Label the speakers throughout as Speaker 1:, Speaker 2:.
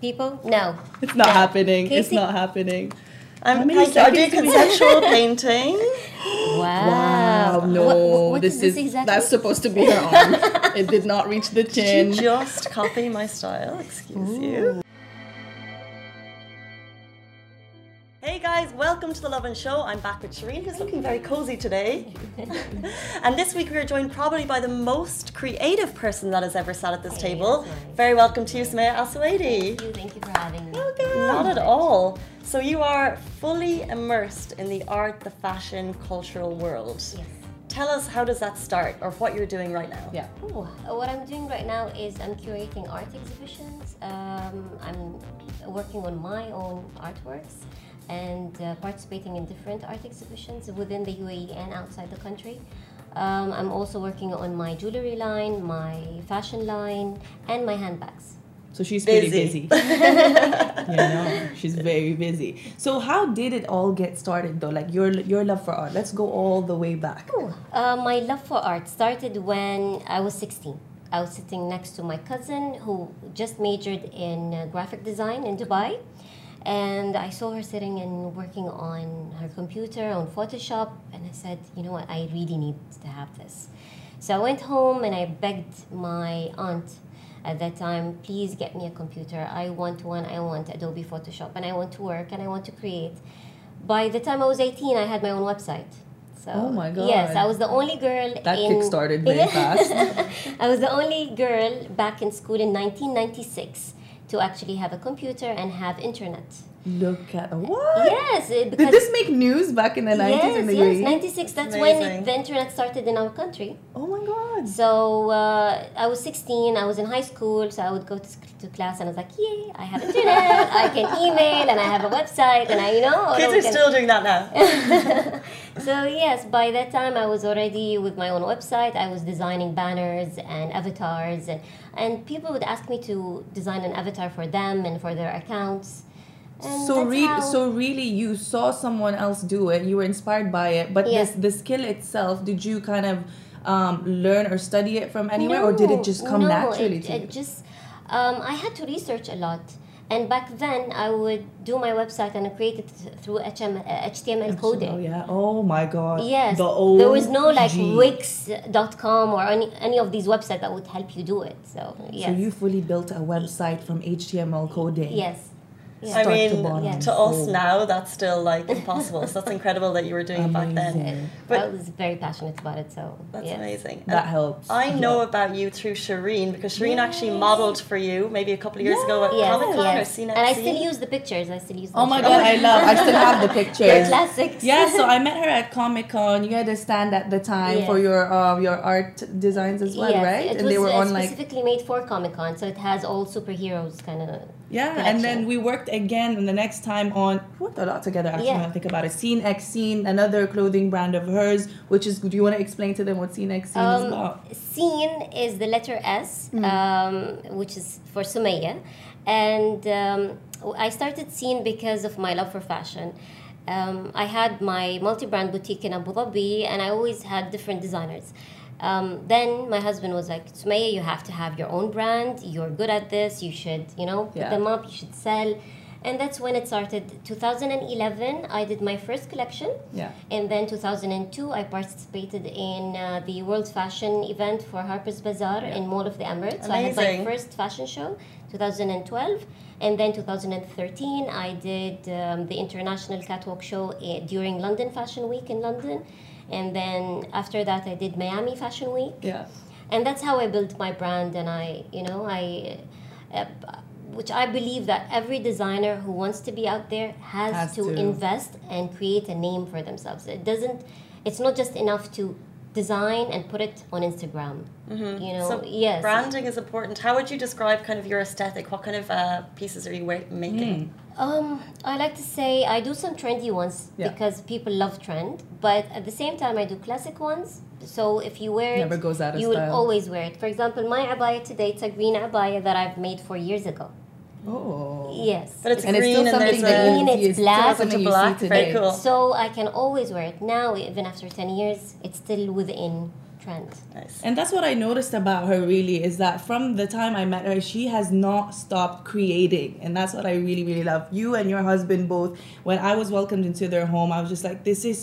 Speaker 1: people? No.
Speaker 2: It's not
Speaker 1: No.
Speaker 2: happening. It's
Speaker 1: Casey-
Speaker 2: not happening. How
Speaker 3: Um,
Speaker 2: many
Speaker 3: Casey, I do
Speaker 2: seconds do we have?
Speaker 3: conceptual painting.
Speaker 1: Wow.
Speaker 2: Um, no,
Speaker 1: Uh, What- what- what
Speaker 2: this is
Speaker 1: exactly?
Speaker 2: that's supposed to be her arm. it did not reach the
Speaker 3: Did
Speaker 2: chin.
Speaker 3: you just copy my style? Excuse you. Hey guys, welcome to the Love and Show. I'm back with Shireen, who's looking very cozy today. and this week we are joined probably by the most creative person that has ever sat at this table.
Speaker 1: that's nice.
Speaker 3: Very welcome to you, Sumaya Aswadi.
Speaker 1: Thank you, thank you for having me.
Speaker 3: Not at all. So you are fully immersed in the art, the fashion, cultural world.
Speaker 1: Yes.
Speaker 3: Tell us how does that start, or what you're doing right now?
Speaker 2: Yeah.
Speaker 1: Ooh, Uh, what I'm doing right now is I'm curating art exhibitions. Um, I'm working on my own artworks and uh, participating in different art exhibitions within the UAE and outside the country. Um, I'm also working on my jewelry line, my fashion line, and my handbags.
Speaker 2: So she's
Speaker 3: Busy.
Speaker 2: pretty busy. you know, she's very busy. So how did it all get started though? Like your your love for art. Let's go all the way back.
Speaker 1: Uh, my love for art started when I was 16. I was sitting next to my cousin who just majored in uh, graphic design in Dubai. And I saw her sitting and working on her computer, on Photoshop. And I said, you know what, I really need to have this. So I went home and I begged my aunt at that time please get me a computer i want one i want adobe photoshop and i want to work and i want to create by the time i was 18 i had my own website so
Speaker 2: Oh my God.
Speaker 1: yes i was the only girl
Speaker 2: That
Speaker 1: in,
Speaker 2: kickstarted very fast.
Speaker 1: i was the only girl back in school in 1996 to actually have a computer and have internet
Speaker 2: Look at what?
Speaker 1: yes it,
Speaker 2: Did
Speaker 1: because
Speaker 2: this make news back in the nineties
Speaker 1: yes
Speaker 2: in the E?
Speaker 1: yes
Speaker 2: UAE?
Speaker 1: 96 that's when
Speaker 3: Amazing.
Speaker 1: it, the internet started in our country
Speaker 2: Oh my god.
Speaker 1: so uh, I was 16, I was in high school, so I would go to, sc- to class and I was like, yay, I have internet, I can email, and I have a website, and I, you know.
Speaker 3: Kids
Speaker 1: I
Speaker 3: are
Speaker 1: can-
Speaker 3: still doing that now.
Speaker 1: so, yes, by that time I was already with my own website, I was designing banners and avatars, and, and people would ask me to design an avatar for them and for their accounts. And
Speaker 2: so
Speaker 1: that's
Speaker 2: re-
Speaker 1: how-
Speaker 2: so really you saw someone else do it you were inspired by it but
Speaker 1: Yeah.
Speaker 2: this the skill itself did you kind of um, learn or study it from anywhere or did it just come
Speaker 1: no,
Speaker 2: naturally
Speaker 1: it,
Speaker 2: to
Speaker 1: it
Speaker 2: you
Speaker 1: just um, i had to research a lot and back then i would do my website and I created th- through HM, uh, html
Speaker 2: oh
Speaker 1: coding
Speaker 2: yeah oh my god
Speaker 1: Yes,
Speaker 2: the
Speaker 1: there was no like
Speaker 2: OG.
Speaker 1: Wix.com or any, any of these websites that would help you do it. So yes,
Speaker 2: so you fully built a website from html coding
Speaker 1: yes,
Speaker 3: I
Speaker 2: Start to
Speaker 3: mean,
Speaker 2: bottom.
Speaker 1: Yes.
Speaker 3: to us
Speaker 2: Oh.
Speaker 3: now, that's still like impossible. so that's incredible that you were doing it back then.
Speaker 2: Amazing.
Speaker 1: I
Speaker 3: But
Speaker 1: was very passionate about it. So
Speaker 3: that's
Speaker 1: yes.
Speaker 3: amazing.
Speaker 2: that
Speaker 3: And
Speaker 2: helps
Speaker 3: I
Speaker 2: a
Speaker 3: know
Speaker 2: lot.
Speaker 3: about you through Shireen because Shireen actually modeled for you maybe a couple of years ago at
Speaker 1: Yes,
Speaker 3: Comic Con
Speaker 1: yes.
Speaker 3: or CNXC.
Speaker 1: and I still use the pictures. I still use.
Speaker 2: oh
Speaker 1: them.
Speaker 2: my god i love i still have the pictures
Speaker 1: classics.
Speaker 2: yeah so i met her at comic-con you had a stand at the time
Speaker 1: Yes.
Speaker 2: for your um, your art designs as well
Speaker 1: Yes,
Speaker 2: right
Speaker 1: It
Speaker 2: and
Speaker 1: was
Speaker 2: they were
Speaker 1: uh,
Speaker 2: on like
Speaker 1: specifically made for Comic Con, so it has all superheroes kind of.
Speaker 2: Yeah,
Speaker 1: collection.
Speaker 2: and then we worked again and the next time on we worked a lot together actually
Speaker 1: Yeah.
Speaker 2: when I think about it. Scene X Scene, another clothing brand of hers, which is do you want to explain to them what Scene X Scene
Speaker 1: Um,
Speaker 2: is about?
Speaker 1: Scene is the letter S,
Speaker 2: Mm.
Speaker 1: um, which is for Sumaya, and um, I started Scene because of my love for fashion. Um, I had my multi-brand boutique in Abu Dhabi, and I always had different designers. Um, then my husband was like, Sumaya, you have to have your own brand. You're good at this. You should, you know, put
Speaker 2: Yeah.
Speaker 1: them up. You should sell. And that's when it started. 2011, I did my first collection.
Speaker 2: Yeah.
Speaker 1: And then 2002, I participated in uh, the World Fashion event for Harper's Bazaar in Mall of the Emirates. So I had my
Speaker 3: Amazing.
Speaker 1: first fashion show, 2012. And then 2013, I did um, the International Catwalk Show uh, during London Fashion Week in London. And then after that, I did Miami Fashion Week
Speaker 2: Yeah.
Speaker 1: and that's how I built my brand. And I, you know, I, uh, which I believe that every designer who wants to be out there has,
Speaker 2: Has
Speaker 1: to,
Speaker 2: to.
Speaker 1: invest and create a name for themselves. It doesn't. It's not just enough to design and put it on Instagram. You know,
Speaker 3: Mm-hmm. So
Speaker 1: yes.
Speaker 3: Branding is important. How would you describe kind of your aesthetic? What kind of uh, pieces are you wa-
Speaker 2: Hmm.
Speaker 3: making?
Speaker 1: Um, I like to say I do some trendy ones
Speaker 2: Yeah.
Speaker 1: because people love trend, but at the same time I do classic ones. So if you wear
Speaker 2: Never
Speaker 1: it,
Speaker 2: goes out of
Speaker 1: you
Speaker 2: style.
Speaker 1: will always wear it. For example, my abaya today it's a green abaya that I've made four years ago.
Speaker 2: Oh.
Speaker 1: Yes.
Speaker 3: But it's
Speaker 2: And it's
Speaker 3: green
Speaker 2: still
Speaker 3: and
Speaker 2: something
Speaker 3: there's
Speaker 2: that
Speaker 3: a
Speaker 1: green,
Speaker 2: you
Speaker 1: it's
Speaker 2: see, still
Speaker 1: black.
Speaker 2: something
Speaker 3: Into
Speaker 2: you see
Speaker 3: black, very
Speaker 2: today.
Speaker 3: cool.
Speaker 1: so I can always wear it now, even after 10 years, it's still within trend.
Speaker 3: Nice.
Speaker 2: And that's what I noticed about her really is that from the time I met her, she has not stopped creating. And that's what I really, really love. You and your husband both, when I was welcomed into their home, I was just like, this is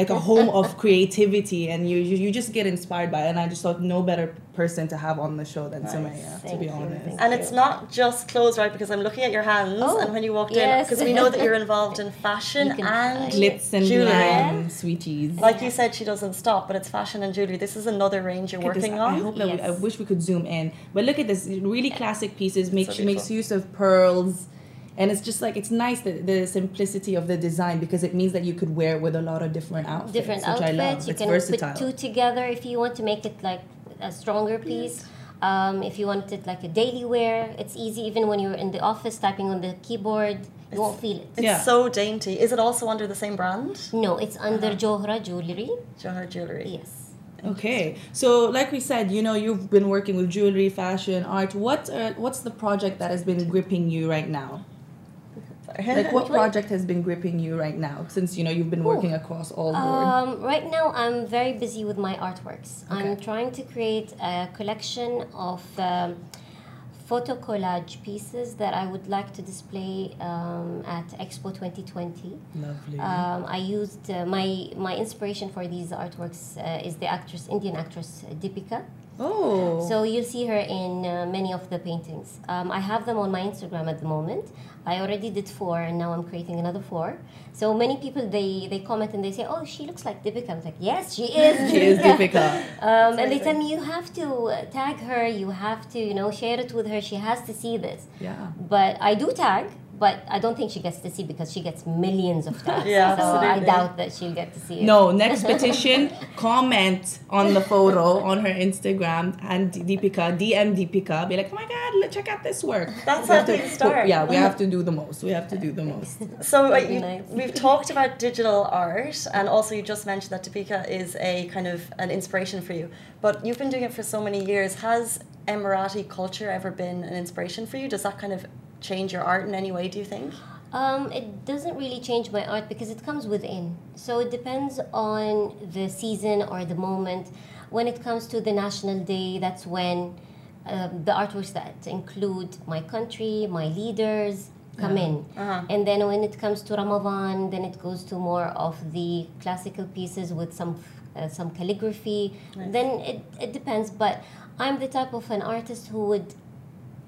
Speaker 2: like a home of creativity. And you, you, you just get inspired by it. And I just thought no better person to have on the show than Sumaya, to
Speaker 1: Thank
Speaker 2: be
Speaker 1: you,
Speaker 2: honest.
Speaker 1: thank
Speaker 3: And it's not just clothes, right? Because I'm looking at your hands,
Speaker 1: Oh,
Speaker 3: and when you walked in,
Speaker 1: yes.
Speaker 3: because we know that you're involved in fashion
Speaker 1: You can
Speaker 3: and
Speaker 1: find-
Speaker 2: Glitz and
Speaker 3: Jewelry.
Speaker 2: glam, sweeties.
Speaker 3: Like you said, she doesn't stop, but it's fashion and jewelry. This is another range you're
Speaker 2: Look at this.
Speaker 3: working
Speaker 2: I-
Speaker 3: on.
Speaker 2: I hope that we, I
Speaker 1: Yes.
Speaker 2: wish we could zoom in. But look at this really classic pieces. Makes
Speaker 3: So
Speaker 2: makes use of pearls, and it's just like it's nice that the simplicity of the design because it means that you could wear it with a lot of different outfits,
Speaker 1: Different
Speaker 2: which I love.
Speaker 1: outfits. You
Speaker 2: it's
Speaker 1: can
Speaker 2: versatile.
Speaker 1: put two together if you want to make it like a stronger piece. Um, if you want it like a daily wear, it's easy even when you're in the office typing on the keyboard, you won't feel it.
Speaker 3: It's
Speaker 2: Yeah.
Speaker 3: so dainty. Is it also under the same brand?
Speaker 1: No, it's under
Speaker 2: Uh-huh.
Speaker 1: Johra Jewelry.
Speaker 3: Johar Jewelry.
Speaker 1: Yes.
Speaker 2: okay, so like we said, you know, you've been working with jewelry, fashion, art. What uh, what's the project that has been gripping you right now?
Speaker 1: Uh,
Speaker 2: Like what project has been gripping you right now? Since you know you've been working across all board.
Speaker 1: Um, right now, I'm very busy with my artworks. I'm trying to create a collection of um, photo collage pieces that I would like to display um, at Expo 2020.
Speaker 2: Mm-hmm. Lovely.
Speaker 1: Um, I used uh, my my inspiration for these artworks uh, is the actress Indian actress uh, Deepika.
Speaker 2: oh.
Speaker 1: So you'll see her in uh, many of the paintings. Um, I have them on my Instagram at the moment. I already did four, and now I'm creating another four. So many people they they comment and they say, "Oh, she looks like Deepika." I'm like, "Yes, she is."
Speaker 2: she is
Speaker 1: Deepika."
Speaker 2: Deepika.
Speaker 1: Um, and they tell me you have to uh, tag her. You have to you know share it with her. She has to see this.
Speaker 2: Yeah.
Speaker 1: But I do tag, but I don't think she gets to see because she gets millions of tags.
Speaker 3: Yeah,
Speaker 1: so I
Speaker 3: absolutely.
Speaker 1: doubt that she'll get to see it.
Speaker 2: No, next petition, comment on the photo on her Instagram and Deepika, DM Deepika, be like, oh my god, let check out this work.
Speaker 3: That's
Speaker 2: We
Speaker 3: how
Speaker 2: have to-
Speaker 3: things start.
Speaker 2: Yeah, we
Speaker 1: Mm.
Speaker 2: have to do the most. We have to do the most.
Speaker 3: So uh,
Speaker 1: That'd be
Speaker 3: you,
Speaker 1: nice.
Speaker 3: we've talked about digital art, and also you just mentioned that Topeka is a kind of an inspiration for you. But you've been doing it for so many years. Has Emirati culture ever been an inspiration for you? Does that kind of change your art in any way? Do you think?
Speaker 1: Um, it doesn't really change my art because it comes within. So it depends on the season or the moment. When it comes to the National Day, that's when um, the artworks that include my country, my leaders come in.
Speaker 3: Uh-huh.
Speaker 1: And then when it comes to Ramadan, then it goes to more of the classical pieces with some uh, some calligraphy. Then it, it depends. But I'm the type of an artist who would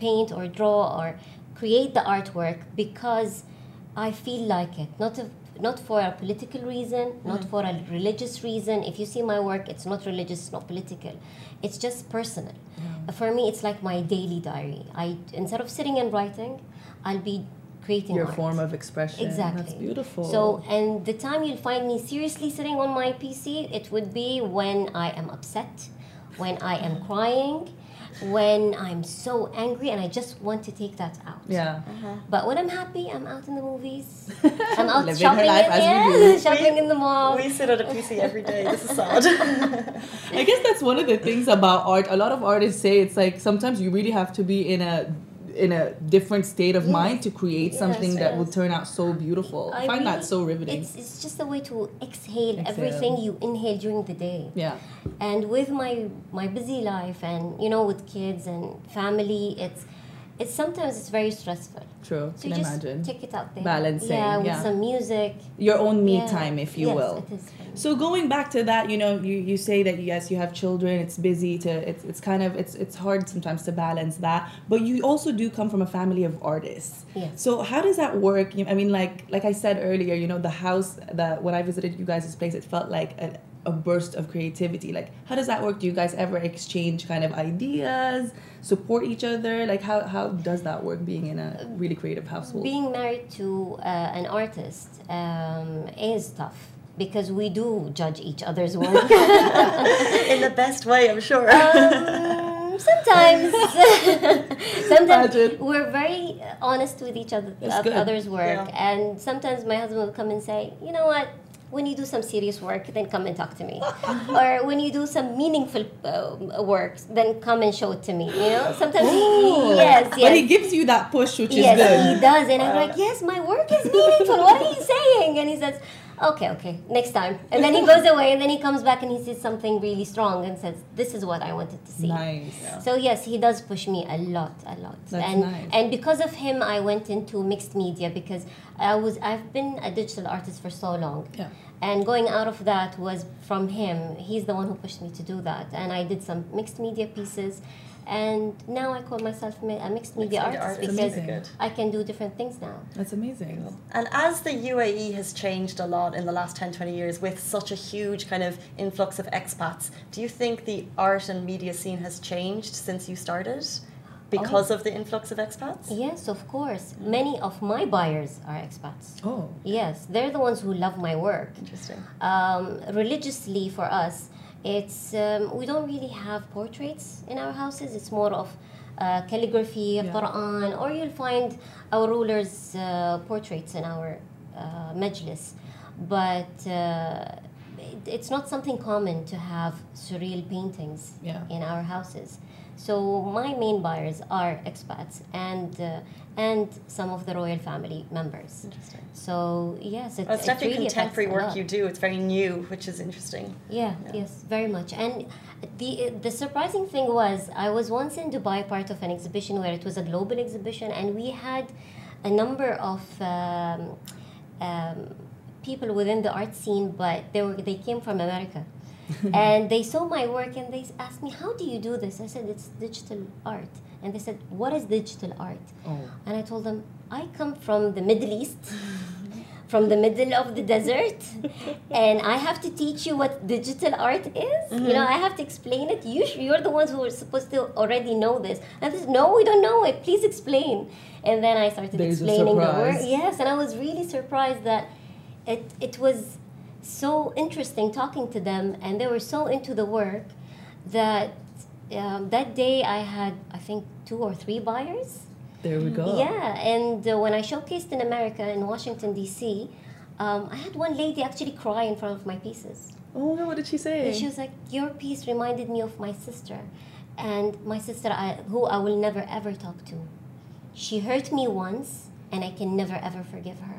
Speaker 1: paint or draw or create the artwork because I feel like it. Not a, not for a political reason, not
Speaker 2: Mm.
Speaker 1: for a religious reason. If you see my work, it's not religious, it's not political. It's just personal.
Speaker 2: Mm.
Speaker 1: For me, it's like my daily diary. I instead of sitting and writing, I'll be creating
Speaker 2: Your
Speaker 1: art.
Speaker 2: form of expression.
Speaker 1: Exactly.
Speaker 2: That's beautiful.
Speaker 1: So, and the time you'll find me seriously sitting on my PC, it would be when I am upset, when I am crying, when I'm so angry and I just want to take that out.
Speaker 2: yeah.
Speaker 1: But when I'm happy, I'm out in the movies. I'm out
Speaker 2: Living her
Speaker 1: shopping,
Speaker 2: life
Speaker 1: in,
Speaker 2: as we
Speaker 1: yeah,
Speaker 2: do.
Speaker 1: shopping in the mall.
Speaker 3: We sit at a PC every day. This is sad.
Speaker 2: I guess that's one of the things about art. A lot of artists say it's like sometimes you really have to be in a in a different state of
Speaker 1: Yes.
Speaker 2: mind to create
Speaker 1: Yes,
Speaker 2: something that
Speaker 1: yes.
Speaker 2: will turn out so beautiful. I,
Speaker 1: I
Speaker 2: find that
Speaker 1: really-
Speaker 2: so riveting.
Speaker 1: It's, it's just a way to exhale,
Speaker 2: Exhale.
Speaker 1: everything you inhale during the day.
Speaker 2: yeah.
Speaker 1: And with my my busy life and you know with kids and family, it's it's sometimes it's very stressful.
Speaker 2: True.
Speaker 1: So
Speaker 2: Can
Speaker 1: you
Speaker 2: Can
Speaker 1: just
Speaker 2: imagine.
Speaker 1: take it out there.
Speaker 2: Balancing,
Speaker 1: Yeah, with
Speaker 2: yeah.
Speaker 1: some music.
Speaker 2: Your own me
Speaker 1: Yeah.
Speaker 2: time, if you
Speaker 1: Yes,
Speaker 2: will.
Speaker 1: It is. fun.
Speaker 2: So going back to that, you know, you, you say that yes, you have children. It's busy. To it's it's kind of it's it's hard sometimes to balance that. But you also do come from a family of artists.
Speaker 1: Yes.
Speaker 2: So how does that work? You- I mean, like like I said earlier, you know, the house that when I visited you guys' place, it felt like a, a burst of creativity. Like how does that work? Do you guys ever exchange kind of ideas, support each other? Like how how does that work? Being in a really creative household.
Speaker 1: Being married to uh, an artist um, is tough because we do judge each other's work.
Speaker 3: in the best way, I'm sure.
Speaker 1: Um, sometimes, sometimes
Speaker 2: Imagine.
Speaker 1: we're very honest with each other,
Speaker 2: That's
Speaker 1: of
Speaker 2: good.
Speaker 1: others' work,
Speaker 3: Yeah.
Speaker 1: and sometimes my husband will come and say, "You know what? When you do some serious work, then come and talk to me, or when you do some meaningful uh, work, then come and show it to me." You know, sometimes
Speaker 2: Ooh.
Speaker 1: he, yes, yes.
Speaker 2: Oh. But he gives you that push, which is
Speaker 1: Yes,
Speaker 2: good.
Speaker 1: he does. And I'm like, yes, my work is meaningful. What are you saying? And he says, okay, okay, next time. And then he goes away, and then he comes back and he sees something really strong and says, "This is what I wanted to see."
Speaker 2: Nice.
Speaker 1: So yes, he does push me a lot, a lot.
Speaker 2: That's
Speaker 1: and
Speaker 2: nice.
Speaker 1: and because of him, I went into mixed media because I was I've been a digital artist for so long.
Speaker 2: Yeah.
Speaker 1: And going out of that was from him. He's the one who pushed me to do that, and I did some mixed media pieces, and now I call myself mi- a mixed media
Speaker 3: Media
Speaker 1: artist
Speaker 3: artist,
Speaker 1: because
Speaker 2: Amazing.
Speaker 3: good.
Speaker 1: I can do different things now.
Speaker 2: That's amazing.
Speaker 3: And as the UAE has changed a lot in the last 10, 20 years with such a huge kind of influx of expats, do you think the art and media scene has changed since you started
Speaker 1: Oh.
Speaker 3: because of the influx of expats?
Speaker 1: Yes, of course. Many of my buyers are expats.
Speaker 2: Oh.
Speaker 1: Yes, they're the ones who love my work.
Speaker 3: Interesting.
Speaker 1: um, religiously for us it's um, we don't really have portraits in our houses it's more of uh, calligraphy
Speaker 2: Yeah.
Speaker 1: quran or you'll find our rulers uh, portraits in our uh, majlis but uh, it, it's not something common to have surreal paintings
Speaker 2: Yeah.
Speaker 1: in our houses so my main buyers are expats and uh, and some of the royal family members
Speaker 3: Interesting.
Speaker 1: so yes it,
Speaker 3: Well, it's
Speaker 1: it
Speaker 3: definitely
Speaker 1: really affects
Speaker 3: contemporary
Speaker 1: a lot.
Speaker 3: work you do. It's very new, which is interesting.
Speaker 1: Yeah,
Speaker 3: Yeah.
Speaker 1: yes, very much. And the the surprising thing was I was once in Dubai part of an exhibition where it was a global exhibition and we had a number of um, um, people within the art scene but they were they came from America. and they saw my work and they asked me, "How do you do this?" I said, "It's digital art." And they said, "What is digital art?"
Speaker 2: Oh.
Speaker 1: And I told them, I come from the Middle East, from the middle of the desert, and I have to teach you what digital art is. You
Speaker 2: Mm-hmm.
Speaker 1: know, I have to explain it. You, sh- you're the ones who are supposed to already know this. And they said, No, we don't know it. Please explain. And then I started
Speaker 2: There's a
Speaker 1: explaining the word.
Speaker 2: surprise.
Speaker 1: Yes, and I was really surprised that it, it was so interesting talking to them, and they were so into the work that. Um, that day I had I think two or three buyers
Speaker 2: There we go.
Speaker 1: yeah, and uh, when I showcased in America in Washington D.C., um, I had one lady actually cry in front of my pieces.
Speaker 2: Oh, what did she say?
Speaker 1: And she was like, "Your piece reminded me of my sister, and my sister, I, who I will never ever talk to. She hurt me once, and I can never ever forgive her."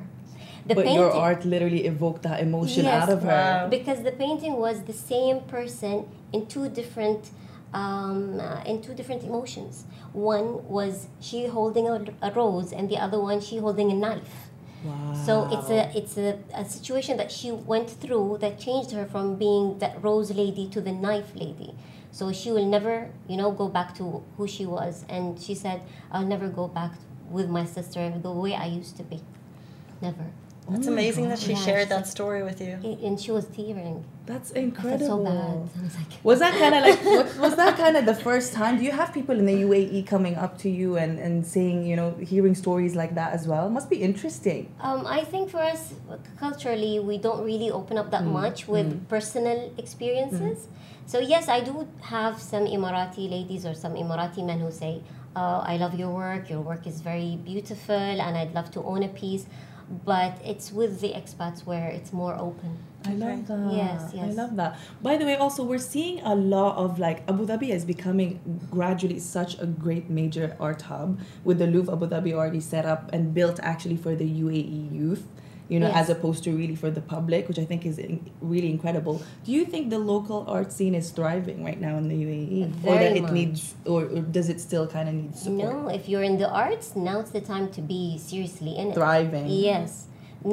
Speaker 1: The
Speaker 2: but your art literally evoked that emotion
Speaker 1: Yes.
Speaker 2: out of her.
Speaker 3: Wow.
Speaker 1: because the painting was the same person in two different um, uh, in two different emotions one was she holding a, a rose and the other one she holding a knife
Speaker 2: Wow.
Speaker 1: so it's a it's a, a situation that she went through that changed her from being that rose lady to the knife lady so she will never you know go back to who she was and she said i'll never go back with my sister the way i used to be never
Speaker 2: Oh
Speaker 3: It's
Speaker 2: my
Speaker 3: amazing
Speaker 2: God.
Speaker 3: that she
Speaker 1: Yeah,
Speaker 3: shared
Speaker 1: she's
Speaker 3: that
Speaker 1: like-
Speaker 3: story with you.
Speaker 1: and she was tearing
Speaker 2: That's
Speaker 1: I felt
Speaker 2: incredible.
Speaker 1: so bad. I was like,
Speaker 2: Was that kind of like what, was that kind of the first time? Do you have people in the UAE coming up to you and and saying you know hearing stories like that as well? Must be interesting.
Speaker 1: Um, I think for us culturally, we don't really open up that much with personal experiences. So yes, I do have some Emirati ladies or some Emirati men who say, "Oh, I love your work. Your work is very beautiful, and I'd love to own a piece." But it's with the expats where it's more open.
Speaker 2: I love
Speaker 3: Okay.
Speaker 2: that.
Speaker 1: Yes,
Speaker 2: I
Speaker 1: yes.
Speaker 2: love that. By the way, also we're seeing a lot of like Abu Dhabi is becoming gradually such a great major art hub with the Louvre Abu Dhabi already set up and built actually for the UAE youth. You know,
Speaker 1: Yes.
Speaker 2: as opposed to really for the public, which I think is in- really incredible. Do you think the local art scene is thriving right now in the UAE, or
Speaker 1: Very
Speaker 2: that it
Speaker 1: much.
Speaker 2: needs, or, or does it still kind of need support?
Speaker 1: No, if you're in the arts, now's the time to be seriously in it.
Speaker 2: Thriving.
Speaker 1: Yes.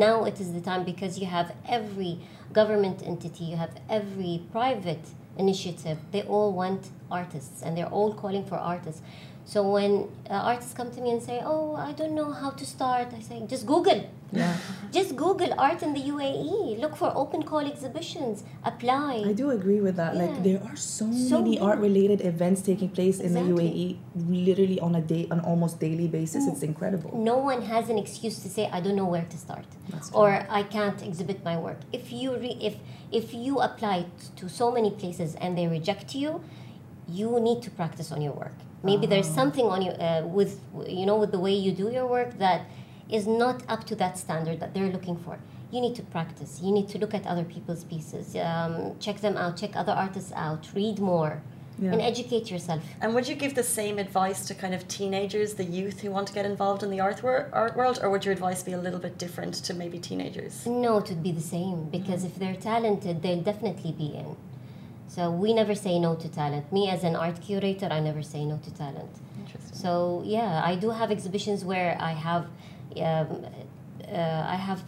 Speaker 1: Now it is the time because you have every government entity, you have every private initiative. They all want artists and they're all calling for artists. So when uh, artists come to me and say, "Oh, I don't know how to start." I say, "Just Google."
Speaker 2: Yeah,
Speaker 1: Just Google art in the UAE. Look for open call exhibitions. Apply.
Speaker 2: I do agree with that. Like
Speaker 1: Yeah.
Speaker 2: there are so,
Speaker 1: So
Speaker 2: many
Speaker 1: many.
Speaker 2: art-related events taking place in the
Speaker 1: Exactly.
Speaker 2: UAE, literally on a day, on almost daily basis. It's incredible.
Speaker 1: no one has an excuse to say I don't know where to start
Speaker 2: That's
Speaker 1: or I can't exhibit my work. If you re- if if you apply t- to so many places and they reject you, you need to practice on your work. Maybe there's something on you uh, with you know with the way you do your work that is not up to that standard that they're looking for. You need to practice. You need to look at other people's pieces, um, check them out, check other artists out, read more.
Speaker 2: Yeah.
Speaker 1: and educate yourself.
Speaker 3: And would you give the same advice to kind of teenagers, the youth who want to get involved in the art, wor- art world, or would your advice be a little bit different to maybe teenagers?
Speaker 1: No, it would be the same because if they're talented, they'll definitely be in. So we never say no to talent. Me as an art curator, I never say no to talent.
Speaker 3: Interesting.
Speaker 1: So yeah, I do have exhibitions where I have, um, uh, I have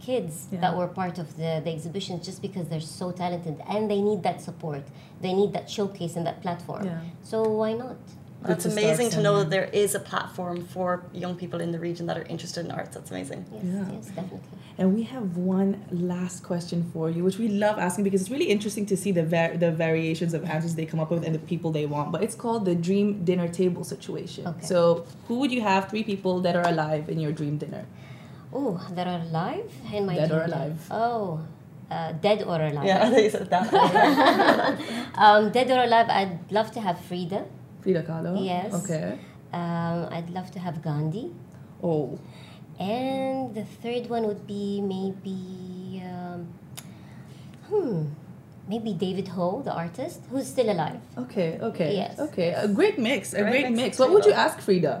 Speaker 1: kids
Speaker 2: Yeah.
Speaker 1: that were part of the, the exhibitions just because they're so talented and they need that support. They need that showcase and that platform.
Speaker 2: Yeah.
Speaker 1: So why not?
Speaker 2: Good
Speaker 3: That's
Speaker 2: to start
Speaker 3: amazing to know
Speaker 2: somewhere.
Speaker 3: that there is a platform for young people in the region that are interested in arts. That's amazing.
Speaker 1: Yes,
Speaker 2: Yeah.
Speaker 1: yes, definitely.
Speaker 2: And we have one last question for you, which we love asking because it's really interesting to see the var- the variations of answers they come up with and the people they want. But it's called the dream dinner table situation.
Speaker 1: Okay.
Speaker 2: So who would you have three people that are alive in your dream dinner?
Speaker 1: Oh, that are alive in my
Speaker 2: Dead or
Speaker 1: dream.
Speaker 2: alive.
Speaker 1: Oh, uh, dead or alive.
Speaker 3: Yeah, they said that.
Speaker 1: Um, dead or alive, I'd love to have Frida.
Speaker 2: Frida Kahlo.
Speaker 1: Yes.
Speaker 2: Okay.
Speaker 1: Um, I'd love to have Gandhi.
Speaker 2: Oh,
Speaker 1: And the third one would be maybe, um, hmm, maybe David Ho, the artist, who's still alive.
Speaker 2: okay, okay,
Speaker 1: Yes.
Speaker 2: okay. A great mix, a
Speaker 3: Great
Speaker 2: great
Speaker 3: mix,
Speaker 2: mix. What would you
Speaker 3: Frida.
Speaker 2: ask Frida?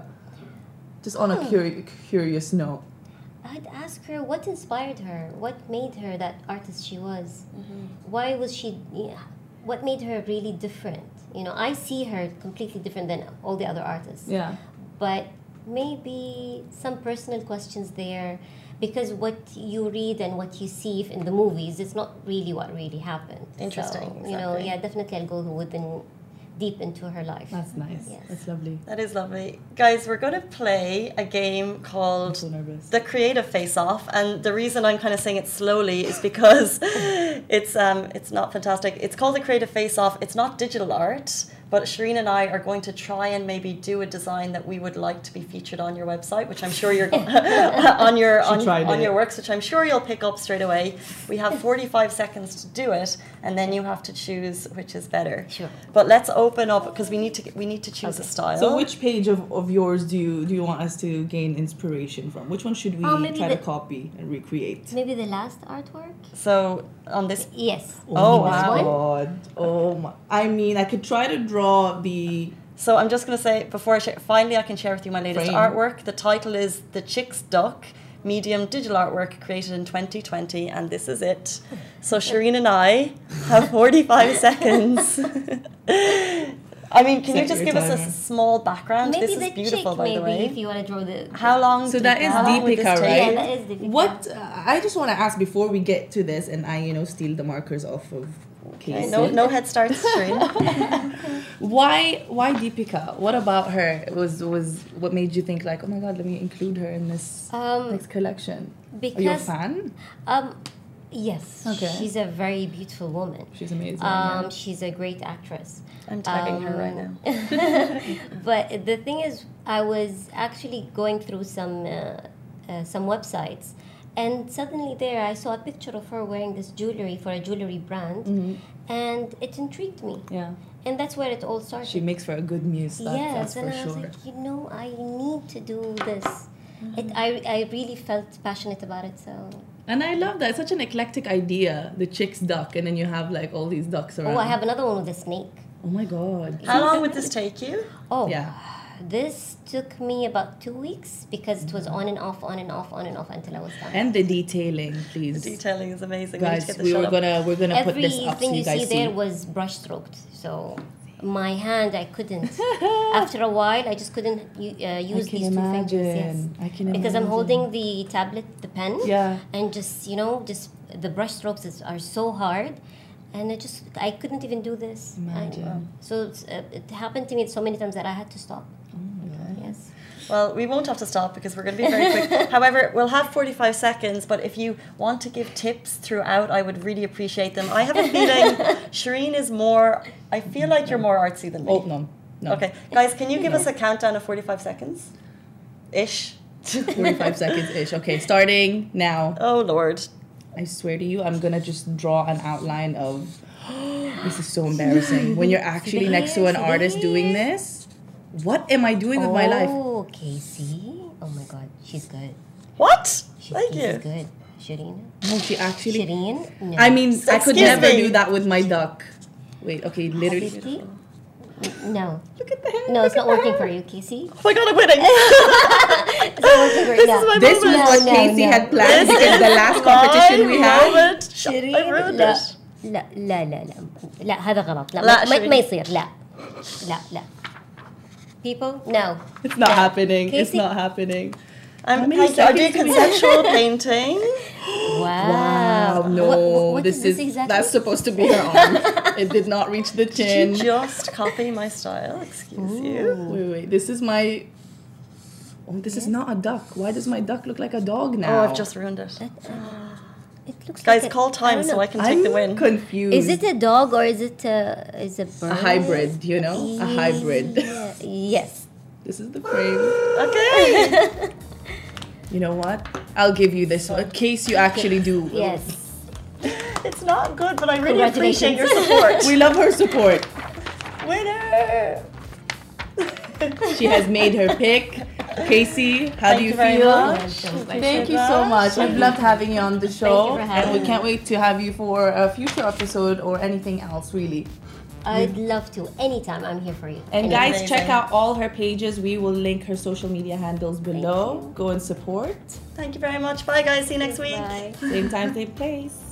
Speaker 2: Just on a
Speaker 1: Hmm.
Speaker 2: curi- curious note.
Speaker 1: I'd ask her what inspired her, what made her that artist she was, why was she, yeah, what made her really different. You know, I see her completely different than all the other artists.
Speaker 2: Yeah.
Speaker 1: but maybe some personal questions there because what you read and what you see in the movies is not really what really happened
Speaker 3: Interesting,
Speaker 1: so, you know
Speaker 3: exactly.
Speaker 1: yeah definitely i'll go within deep into her life
Speaker 2: That's nice.
Speaker 1: Yes.
Speaker 2: That's lovely.
Speaker 3: that is lovely. Guys, we're going to play a game
Speaker 2: I'm
Speaker 3: called
Speaker 2: so nervous.
Speaker 3: the creative face off and the reason i'm kind of saying it slowly is because it's um it's not fantastic it's called the creative face off it's not digital art but shireen and i are going to try and maybe do a design that we would like to be featured on your website which i'm sure you're on your
Speaker 2: She
Speaker 3: on,
Speaker 2: tried
Speaker 3: on
Speaker 2: it.
Speaker 3: your works which i'm sure you'll pick up straight away we have 45 seconds to do it and then you have to choose which is better
Speaker 1: Sure.
Speaker 3: but let's open up because we need to we need to choose a
Speaker 1: Okay.
Speaker 3: style
Speaker 2: So which page of, of yours do you do you want us to gain inspiration from? Which one should we
Speaker 1: Oh, maybe
Speaker 2: try to
Speaker 1: the-
Speaker 2: copy and recreate?
Speaker 1: maybe the last artwork
Speaker 3: so on this
Speaker 1: yes
Speaker 3: Oh,
Speaker 2: my
Speaker 1: wow.
Speaker 2: god. Oh my I mean I could try to draw the
Speaker 3: So I'm just going to say before I share, finally I can share with you my latest
Speaker 2: Frame.
Speaker 3: artwork. The title is The Chick's Duck Medium Digital Artwork created in 2020 and this is it. So Shireen and I have 45 seconds. I mean, can you
Speaker 2: Set
Speaker 3: just
Speaker 2: your
Speaker 3: give us a
Speaker 2: timer.
Speaker 3: s- small background?
Speaker 1: maybe
Speaker 3: this
Speaker 1: the
Speaker 3: is beautiful
Speaker 1: chick
Speaker 3: by
Speaker 1: maybe
Speaker 3: the way.
Speaker 1: if you want to draw the
Speaker 3: How long
Speaker 2: So that is
Speaker 3: how long would this
Speaker 2: Deepika,
Speaker 3: take?
Speaker 1: yeah
Speaker 2: right?
Speaker 1: that is difficult
Speaker 2: what uh, I just want to ask before we get to this and I you know steal the markers off of
Speaker 3: Okay,
Speaker 2: Casey.
Speaker 3: no, no head starts, Shireen.
Speaker 2: Why why Deepika? What about her was was what made you think like, "Oh my god, let me include her in this
Speaker 1: um
Speaker 2: next collection?" Are you a
Speaker 1: because
Speaker 2: fan?
Speaker 1: um yes
Speaker 2: Okay.
Speaker 1: she's a very beautiful woman
Speaker 2: She's amazing. yeah.
Speaker 1: um she's a great actress
Speaker 3: I'm tagging her right
Speaker 1: Um,
Speaker 3: now.
Speaker 1: but the thing is, I was actually going through some uh, uh, some websites, and suddenly there I saw a picture of her wearing this jewelry for a jewelry brand,
Speaker 2: Mm-hmm.
Speaker 1: and it intrigued me,
Speaker 2: Yeah,
Speaker 1: and that's where it all started.
Speaker 2: she makes for a good muse. That,
Speaker 1: yes,
Speaker 2: that's
Speaker 1: and
Speaker 2: for
Speaker 1: I was
Speaker 2: sure. Mm-hmm.
Speaker 1: like, you know, I need to do this. It, I, I really felt passionate about it, so
Speaker 2: and I love that. It's such an eclectic idea. The chick's duck, and then you have like all these ducks around.
Speaker 1: oh, I have another one with a snake.
Speaker 2: Oh my god.
Speaker 3: How long would this take you?
Speaker 1: Oh,
Speaker 2: Yeah.
Speaker 1: this took me about two weeks because it was
Speaker 2: Mm-hmm.
Speaker 1: on and off, on and off, on and off until I was done.
Speaker 2: And the detailing, please,
Speaker 3: Detailing is amazing. we need to
Speaker 2: guys.
Speaker 3: get the
Speaker 2: We
Speaker 3: shot
Speaker 2: were
Speaker 3: up.
Speaker 2: gonna we're gonna put this up so
Speaker 1: Everything you
Speaker 2: you
Speaker 1: see
Speaker 2: guys see.
Speaker 1: there was brush stroked, so my hand I couldn't. After a while, I just couldn't u- uh,
Speaker 2: I
Speaker 1: use
Speaker 2: can
Speaker 1: these two
Speaker 2: imagine.
Speaker 1: fingers. Yes,
Speaker 2: I can imagine.
Speaker 1: because I'm holding the tablet, the pen,
Speaker 2: Yeah.
Speaker 1: and just you know, just the brush strokes is, are so hard, and I just I couldn't even do this. I-
Speaker 2: Imagine.
Speaker 1: so it's, uh, it happened to me so many times that I had to stop. Yes.
Speaker 3: Well, we won't have to stop because we're going to be very quick. However, we'll have 45 seconds, but if you want to give tips throughout, I would really appreciate them. I have a feeling Shireen is more, I feel like you're more artsy than me.
Speaker 2: Oh no, no.
Speaker 3: Okay, guys, can you give us a countdown of 45 seconds? Ish.
Speaker 2: Forty-five seconds ish. Okay, starting now.
Speaker 3: Oh, Lord.
Speaker 2: I swear to you, I'm gonna just draw an outline of. this is so embarrassing. When you're actually
Speaker 1: there,
Speaker 2: next to an
Speaker 1: see
Speaker 2: artist doing this, what am I doing with my life?
Speaker 1: Oh, Casey. Oh my God, she's good.
Speaker 3: What?
Speaker 1: She,
Speaker 3: Thank
Speaker 1: she's
Speaker 3: you.
Speaker 1: good. Shireen.
Speaker 2: No, she actually.
Speaker 1: Shireen. No.
Speaker 2: I mean, I could
Speaker 3: Excuse
Speaker 2: never
Speaker 3: me.
Speaker 2: do that with my duck. Wait, okay, literally.
Speaker 1: Habibi. No,
Speaker 2: Look at the hair.
Speaker 1: no, it's
Speaker 2: look
Speaker 1: not
Speaker 2: at
Speaker 1: working
Speaker 2: the
Speaker 1: for
Speaker 2: hair.
Speaker 1: you, Casey.
Speaker 3: Oh my god, I'm winning.
Speaker 1: It's not working for you.
Speaker 3: This is
Speaker 1: no.
Speaker 3: my
Speaker 2: This was
Speaker 1: No,
Speaker 2: what
Speaker 1: no,
Speaker 2: Casey
Speaker 1: no.
Speaker 2: had planned because the last competition we had.
Speaker 3: Moment. Sh- I
Speaker 1: شيرين
Speaker 3: ruined
Speaker 1: لا.
Speaker 3: it.
Speaker 1: لا لا لا لا لا هذا غلط لا,
Speaker 3: لا،
Speaker 1: ما- ما,
Speaker 3: شيرين.
Speaker 1: ما يصير لا لا لا people no
Speaker 2: It's not
Speaker 1: لا.
Speaker 2: happening. It's
Speaker 1: Casey-
Speaker 2: not happening. How
Speaker 3: I'm
Speaker 2: many
Speaker 3: thank you. I do
Speaker 2: seconds do we
Speaker 3: conceptual painting.
Speaker 1: wow
Speaker 2: Wow, Oh, no,
Speaker 1: Uh, What- what
Speaker 2: this
Speaker 1: is
Speaker 2: is,
Speaker 1: this exactly?
Speaker 2: that's supposed to be her arm. it did not reach the
Speaker 3: Did
Speaker 2: chin.
Speaker 3: you just copy my style? Excuse you.
Speaker 2: Wait, wait, this is my. Oh, this is not a duck. Why does my duck look like a dog now?
Speaker 3: Oh, I've just ruined it.
Speaker 1: it looks
Speaker 3: Guys,
Speaker 1: like a-
Speaker 3: call
Speaker 1: I
Speaker 3: time
Speaker 1: don't
Speaker 3: so
Speaker 1: know.
Speaker 3: I can take
Speaker 2: I'm
Speaker 3: the win.
Speaker 2: confused.
Speaker 1: is it a dog or is it a is a bird
Speaker 2: a hybrid? You know, a hybrid.
Speaker 1: Yeah, yes
Speaker 2: this is the frame.
Speaker 3: Okay.
Speaker 2: You know what? I'll give you this one in case you actually do.
Speaker 1: yes
Speaker 3: it's not good, but I really appreciate your support.
Speaker 2: We love her support.
Speaker 3: Winner.
Speaker 2: She has made her pick. Casey, how
Speaker 3: Thank
Speaker 2: do you,
Speaker 3: very
Speaker 2: feel?
Speaker 3: much.
Speaker 2: Thank you so much. I've loved having you on the show.
Speaker 1: for having
Speaker 2: and we
Speaker 1: me.
Speaker 2: can't wait to have you for a future episode or anything else, really.
Speaker 1: I'd love to anytime I'm here for you
Speaker 2: And
Speaker 1: Anytime.
Speaker 2: guys, check
Speaker 3: Amazing.
Speaker 2: out all her pages. We will link her social media handles below. Go and support.
Speaker 3: Thank you very much. Bye, guys. See you next week.
Speaker 1: Bye.
Speaker 2: Same time, same place.